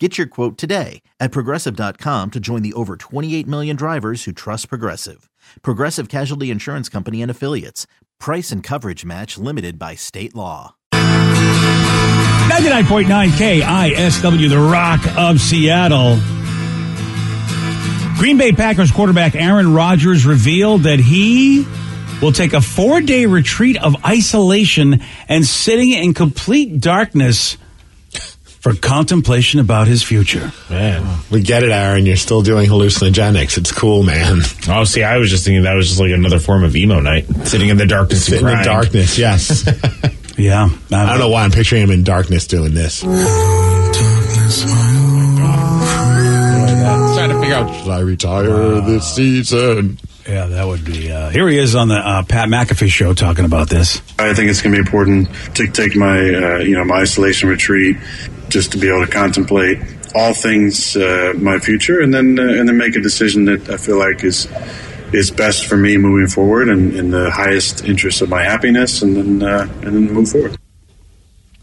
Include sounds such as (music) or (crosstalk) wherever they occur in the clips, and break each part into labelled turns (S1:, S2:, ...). S1: Get your quote today at progressive.com to join the over 28 million drivers who trust Progressive. Progressive Casualty Insurance Company and Affiliates. Price and coverage match limited by state law.
S2: 99.9 KISW, the Rock of Seattle. Green Bay Packers quarterback Aaron Rodgers revealed that he will take a four day retreat of isolation and sitting in complete darkness for contemplation about his future.
S3: Man, we get it, Aaron. You're still doing hallucinogenics. It's cool, man.
S4: Oh, see, I was just thinking that was just like another form of emo night, sitting in the darkness
S3: Sit in
S4: and
S3: the
S4: crying.
S3: darkness. Yes.
S2: Yeah.
S3: I don't know why I'm picturing him in darkness doing this.
S4: Trying to figure out.
S3: Should I retire this season?
S2: Yeah, that would be. Uh, here he is on the uh, Pat McAfee show talking about this.
S5: I think it's going to be important to take my, uh, you know, my isolation retreat just to be able to contemplate all things uh, my future, and then uh, and then make a decision that I feel like is is best for me moving forward, and in the highest interest of my happiness, and then uh, and then move forward.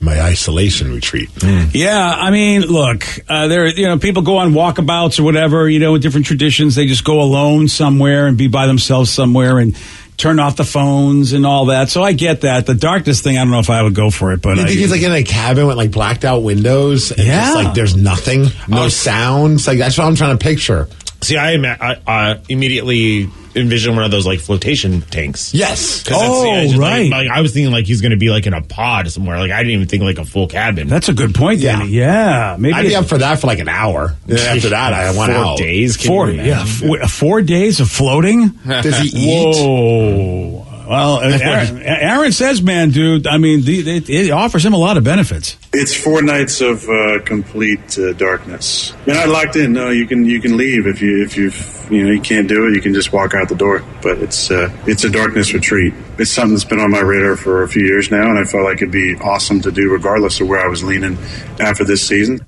S3: My isolation retreat.
S2: Yeah, I mean, look, uh, there you know people go on walkabouts or whatever, you know, with different traditions. They just go alone somewhere and be by themselves somewhere and turn off the phones and all that. So I get that. The darkness thing, I don't know if I would go for it, but
S3: You
S2: I,
S3: think he's like in a cabin with like blacked out windows and
S2: Yeah.
S3: just like there's nothing, no
S2: Oh.
S3: sounds. Like that's what I'm trying to picture.
S4: See, I, ima- I, I immediately envision one of those like flotation tanks.
S3: Yes.
S4: 'Cause that's-
S2: Oh,
S4: it's just, like-
S2: right.
S4: Like, I was thinking like he's going to be like in a pod somewhere. Like I didn't even think like a full cabin.
S2: that's a good point,
S3: Yeah.
S2: Danny. Yeah, maybe
S3: I'd be
S2: it's
S3: up for that for like an hour. And then after that, I
S4: four
S3: want out.
S4: days. Can
S2: four,
S4: you imagine?
S2: yeah, four, uh, four days of floating.
S3: (laughs) Does he eat?
S2: Whoa.
S3: (laughs)
S2: Well, Aaron, Aaron says, man, dude, I mean, the, it, it offers him a lot of benefits.
S5: It's four nights of uh, complete uh, darkness. You're not locked in. No, you can you can leave if you if you you know you can't do it. You can just walk out the door. But it's uh, it's a darkness retreat. It's something that's been on my radar for a few years now, and I felt like it'd be awesome to do, regardless of where I was leaning after this season.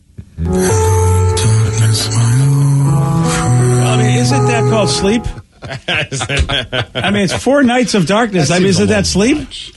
S2: I mean, isn't that called sleep? I mean, it's four nights of darkness.
S3: That
S2: I mean,
S3: seems
S2: isn't
S3: a
S2: that
S3: little
S2: sleep?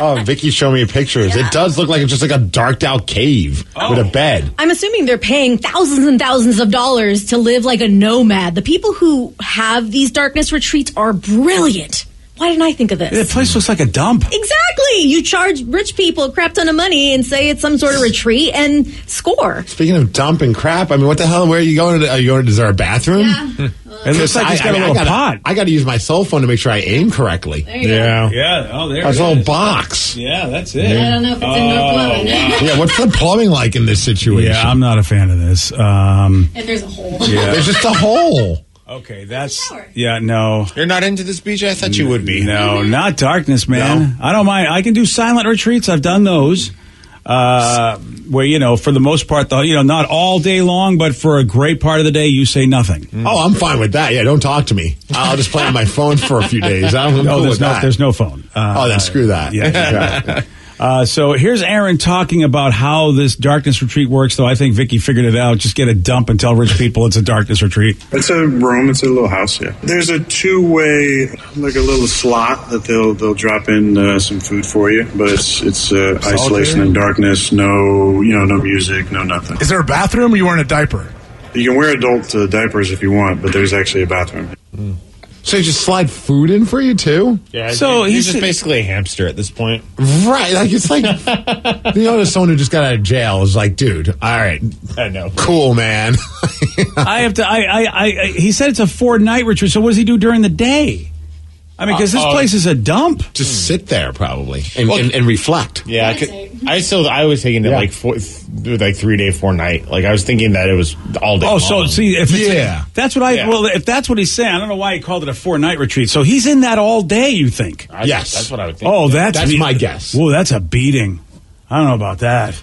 S3: Oh, Vicky showed me pictures. It does look like it's just like a darked out cave with a bed.
S6: I'm assuming they're paying thousands and thousands of dollars to live like a nomad. The people who have these darkness retreats are brilliant. Why didn't I think of
S2: The
S6: this?
S2: place looks like a dump.
S6: Exactly. You charge rich people a crap ton of money and say it's some sort of retreat and score.
S3: Speaking of dump and crap, I mean, what the hell? Where are you going? To, are you going? To, is there a bathroom?
S2: It looks like it's got a
S3: mean,
S2: little
S3: gotta,
S2: pot.
S3: I got to use my cell phone to make sure I aim correctly.
S4: Yeah.
S2: yeah. Oh, there.
S3: A
S2: it
S3: little
S2: is.
S3: box.
S2: Yeah, that's it.
S6: I don't know if it's
S2: Oh,
S6: indoor plumbing. (laughs)
S3: Yeah, what's the plumbing like in this situation?
S2: Yeah, I'm not a fan of this. Um,
S6: and there's a hole.
S3: There's just a hole.
S2: okay, that's
S6: Shower.
S2: yeah. No,
S4: You're not into this beach. I thought you would be.
S2: no, not darkness, man. I don't mind. I can do silent retreats. I've done those. Uh, where you know, for the most part, though, you know, not all day long, but for a great part of the day, you say nothing.
S3: Oh, I'm fine with that. Yeah, don't talk to me. I'll just play on my phone for a few days. I'm cool
S2: No,
S3: with
S2: Oh, there's no,
S3: that.
S2: there's no phone. Uh,
S3: oh, then screw that.
S2: yeah.
S3: Okay.
S2: Uh, so here's Aaron talking about how this darkness retreat works. Though I think Vicky figured it out. Just get a dump and tell rich people it's a darkness retreat.
S5: It's a room. It's a little house. Yeah. There's a two-way, like a little slot that they'll they'll drop in uh, some food for you. But it's it's uh, isolation and darkness. No, you know, no music, no nothing.
S7: Is there a bathroom or you wearing a diaper?
S5: You can wear adult uh, diapers if you want, but there's actually a bathroom.
S3: so you just slide food in for you too?
S4: Yeah,
S2: So
S4: so
S2: he's-
S4: he's just basically a hamster at this point. (laughs)
S3: Right. Like it's (laughs) like you know, there's someone who just got out of jail is like, dude, all right, (laughs)
S4: I know.
S3: cool, man.
S2: (laughs)
S3: (laughs)
S2: I have to. I, I, I, I. He said it's a four night retreat. So what does he do during the day? I mean, because this
S4: Uh-oh.
S2: place is a dump.
S3: just sit there probably and, and, and reflect.
S4: Yeah, I, could- I still I was thinking that
S3: Yeah.
S4: like four, th- like three day, four night. Like I was thinking that it was all day.
S2: Oh, so
S4: long.
S2: see if it's
S3: Yeah.
S2: that's what I.
S4: Yeah.
S2: Well, if that's what he's saying, I don't know why he called it a four night retreat. So he's in that all day. You think?
S4: I-
S3: Yes.
S4: that's what I would think.
S2: Oh, that's
S3: That's my guess.
S2: Whoa, that's a beating. I don't know about that.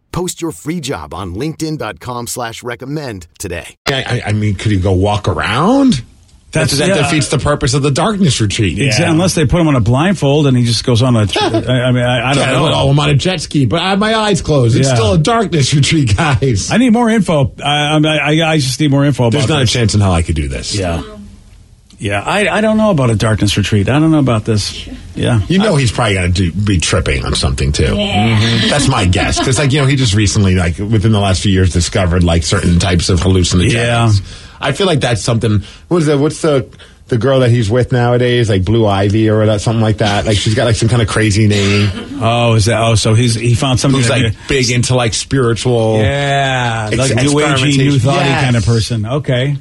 S8: Post your free job on linkedin.com/recommend slash recommend today.
S3: I, I- I mean, could you go walk around?
S2: That's-
S3: That's, that
S2: yeah.
S3: defeats the purpose of the darkness retreat.
S2: Exa- Unless they put him on a blindfold and he just goes (laughs) on a. I, I mean, I, I don't
S3: Yeah,
S2: know.
S3: oh, I'm on a jet ski, but I have my eyes closed. It's
S2: Yeah.
S3: still a darkness retreat, guys.
S2: I need more info. I, I, I, I just need more info about
S3: There's not a
S2: this.
S3: chance in hell I could do this.
S2: Yeah. Yeah, I, I don't know about a darkness retreat. I don't know about this. Yeah.
S3: You know he's probably going to be tripping on something too. Mm-hmm. That's my guess because, like, you know, he just recently, like, within the last few years, discovered like certain types of hallucinogens.
S2: Yeah.
S3: I feel like that's something. What is that? What's the the girl that he's with nowadays? Like Blue Ivy or that, something like that. Like she's got like some kind of crazy name.
S2: Oh, is that? Oh, so he's he found something.
S3: Who's
S2: that-
S3: like big into like spiritual.
S2: yeah,
S3: Ex-
S2: like new agey,
S3: experimentation.
S2: new thoughty
S3: Yes.
S2: kind of person. Okay.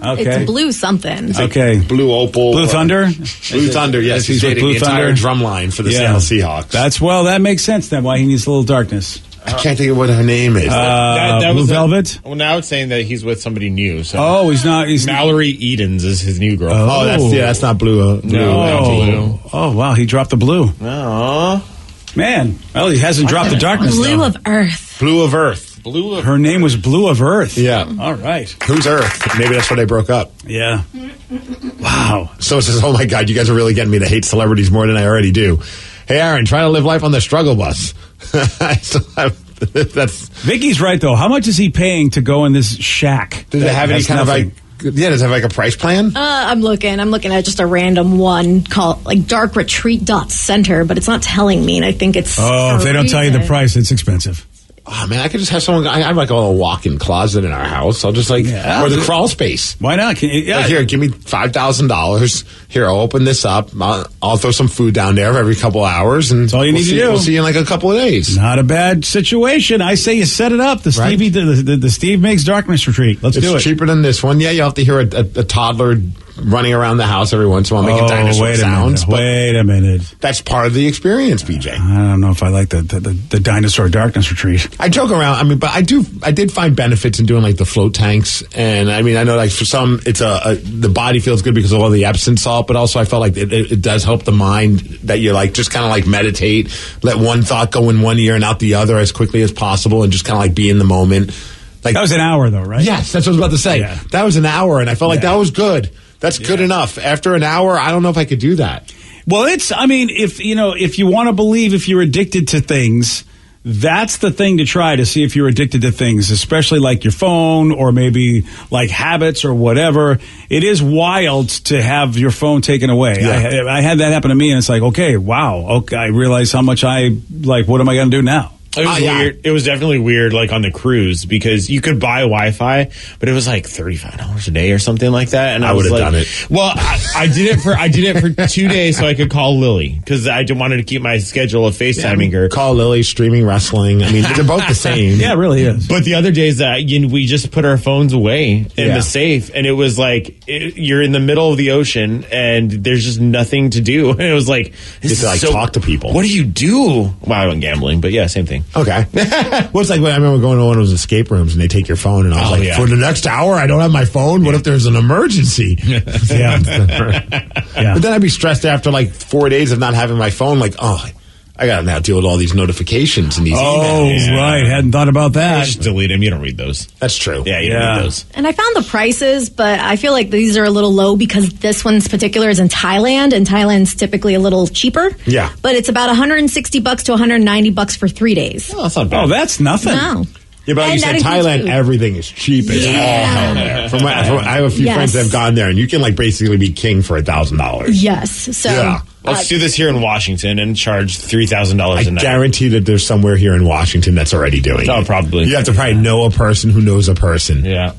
S2: Okay.
S6: It's blue something.
S2: okay.
S3: Blue Opal.
S2: Blue
S3: or-
S2: Thunder?
S3: Blue Thunder. Yes,
S2: Yes, he's
S3: he's
S2: with
S3: dating
S2: Blue
S3: the entire
S2: Thunder.
S3: drum line for the Seattle Seahawks.
S2: That's well. That makes sense then. Why he needs a little darkness.
S3: I can't think of what her name is.
S2: Uh, Blue
S4: was a-
S2: Velvet?
S4: well, now it's saying that he's with somebody new. So
S2: Oh, he's not. He's
S4: Mallory Edens is his new girl.
S3: oh, that's yeah, that's not Blue. Uh, blue Ivy.
S2: Oh, oh wow, he dropped the blue.
S4: Aw.
S2: Man, well, he hasn't dropped the darkness.
S6: Blue
S2: though.
S6: of Earth.
S3: Blue of Earth.
S4: Blue.
S2: Her name was Blue of Earth.
S3: Yeah.
S2: All right.
S3: Who's Earth? Maybe that's why they broke up.
S2: Yeah. Wow.
S3: So it says, oh my God, you guys are really getting me to hate celebrities more than I already do. Hey, Aaron, trying to live life on the struggle bus. (laughs) I still have, (laughs) that's,
S2: Vicky's right though. How much is he paying to go in this shack?
S3: does it have any
S2: That's
S3: kind
S2: nothing.
S3: of like, yeah, does it have like a price plan?
S6: Uh, I'm looking. I'm looking at just a random one called like Dark Retreat dot Center, but it's not telling me, and I think it's.
S2: Oh, if
S6: for
S2: they
S6: a
S2: don't tell you the
S6: reason.
S2: price, it's expensive.
S3: oh man, I could just have someone, I, I have like a little walk in closet in our house. I'll just like,
S2: Yeah.
S3: or the crawl space.
S2: Why not? Can you, yeah.
S3: Like, here, give me five thousand dollars. Here, I'll open this up. I'll, I'll throw some food down there every couple hours, and that's
S2: all you
S3: we'll
S2: need to
S3: see,
S2: do.
S3: We'll see you in like a couple of days.
S2: Not a bad situation. I say you set it up. The
S3: Right.
S2: Stevie, the, the, the Steve makes darkness retreat. Let's
S3: It's
S2: do it.
S3: cheaper than this one. Yeah, you will have to hear a, a, a toddler running around the house every once in a while making
S2: oh,
S3: dinosaur
S2: wait
S3: sounds.
S2: a minute.
S3: but
S2: Wait a minute.
S3: that's part of the experience, BJ.
S2: I don't know if I like the the, the, the dinosaur darkness retreat.
S3: I joke around. I mean, but I do. I did find benefits in doing like the float tanks, and I mean, I know like for some, it's a, a the body feels good because of all the Epsom salt, but also I felt like it, it, it does help the mind that you're like just kind of like meditate, let one thought go in one ear and out the other as quickly as possible, and just kind of like be in the moment. Like
S2: That was an hour though, right?
S3: Yes, that's what I was about to say.
S2: Yeah.
S3: That was an hour, and I felt like
S2: Yeah.
S3: that was good. That's good
S2: Yeah.
S3: enough. After an hour, I don't know if I could do that.
S2: Well, it's, I mean, if, you know, if you want to believe if you're addicted to things, that's the thing to try to see if you're addicted to things, especially like your phone or maybe like habits or whatever. It is wild to have your phone taken away.
S3: Yeah.
S2: I, I had that happen to me and it's like, okay, wow. Okay. I realize how much I like, what am I going to do now?
S4: It was
S3: Oh, yeah.
S4: weird. It was definitely weird, like on the cruise, because you could buy Wi-Fi, but it was like thirty-five dollars a day or something like that. And I,
S3: I
S4: was
S3: would've
S4: like,
S3: done it.
S4: Well, I, I did it for I did it for two days so I could call Lily because I did- wanted to keep my schedule of FaceTiming her.
S3: Call Lily, streaming wrestling.
S2: (laughs)
S3: I mean, they're both the same.
S2: Yeah, it really
S4: (laughs)
S2: is.
S4: But the other days that you know, we just put our phones away in
S3: Yeah.
S4: the safe, and it was like it, you're in the middle of the ocean and there's just nothing to do. (laughs) And it was like
S3: have
S4: this
S3: to,
S4: is
S3: like,
S4: so-
S3: talk to people.
S4: What do you do? Well, I went gambling, but yeah, same thing.
S3: Okay. (laughs) well, it's like when I remember going to one of those escape rooms and they take your phone, and I was
S4: Oh,
S3: like,
S4: yeah.
S3: for the next hour, I don't have my phone. What if there's an emergency?
S2: (laughs) yeah. yeah.
S3: But then I'd be stressed after like four days of not having my phone. Like, oh, I got to now deal with all these notifications and these
S2: Oh,
S3: emails.
S2: right. Hadn't thought about
S3: Uh,
S2: that.
S4: Just delete them. You don't read those.
S3: That's true.
S4: Yeah, you
S2: Yeah.
S4: don't read those.
S6: And I found the prices, but I feel like these are a little low because this one's particular is in Thailand, and Thailand's typically a little cheaper.
S3: Yeah.
S6: But it's about 160 bucks to 190 bucks for three days.
S4: Oh, that's not bad.
S2: Oh, that's nothing.
S6: Wow.
S3: Yeah, but like
S6: And that
S3: you said,
S6: includes
S3: Thailand,
S6: food.
S3: everything is cheap. It's
S6: Yeah.
S3: all hell there. From my, from, I have a few
S6: Yes.
S3: friends that have gone there, and you can like basically be king for a thousand dollars.
S6: Yes. So.
S3: Yeah.
S4: Let's
S6: Uh,
S9: Uh,
S4: do this here in Washington and charge three thousand
S3: I
S4: dollars a night.
S3: guarantee that there's somewhere here in Washington that's already doing
S4: Oh,
S3: it.
S4: probably.
S3: You have to probably know a person who knows a person.
S4: yeah.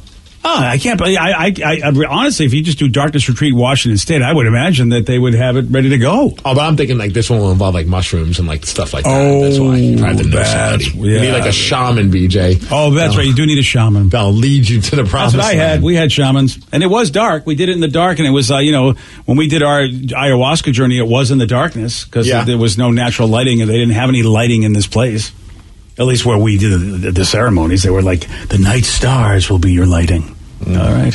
S2: Oh, I can't. believe- I, I, I, I honestly, if you just do Darkness Retreat, Washington State, I would imagine that they would have it ready to go.
S3: Oh, but I'm thinking like this one will involve like mushrooms and like stuff like that. that's why you probably have to know
S2: Oh, that's-
S3: somebody. You
S2: yeah.
S3: need like a shaman, BJ.
S2: Oh, that's
S3: No.
S2: right. You do need a shaman.
S3: That'll lead you to the
S2: That's
S3: promised
S2: what I had.
S3: land.
S2: We had shamans, and it was dark. We did it in the dark, and it was uh, you know when we did our ayahuasca journey, it was in the darkness because
S3: Yeah.
S2: there was no natural lighting, and they didn't have any lighting in this place. At least where we did the, the, the ceremonies, they were like the night stars will be your lighting. All right,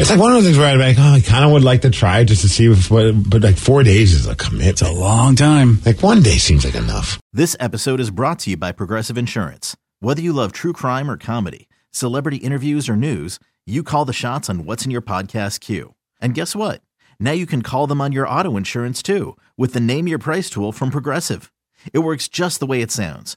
S3: It's like one of those things where I'm like, oh, I kind of would like to try just to see if, what, but like four days is a commitment.
S2: it's a long time.
S3: Like one day seems like enough.
S1: This episode is brought to you by Progressive Insurance. Whether you love true crime or comedy, celebrity interviews or news, you call the shots on what's in your podcast queue. And guess what? Now you can call them on your auto insurance too with the Name Your Price tool from Progressive. It works just the way it sounds.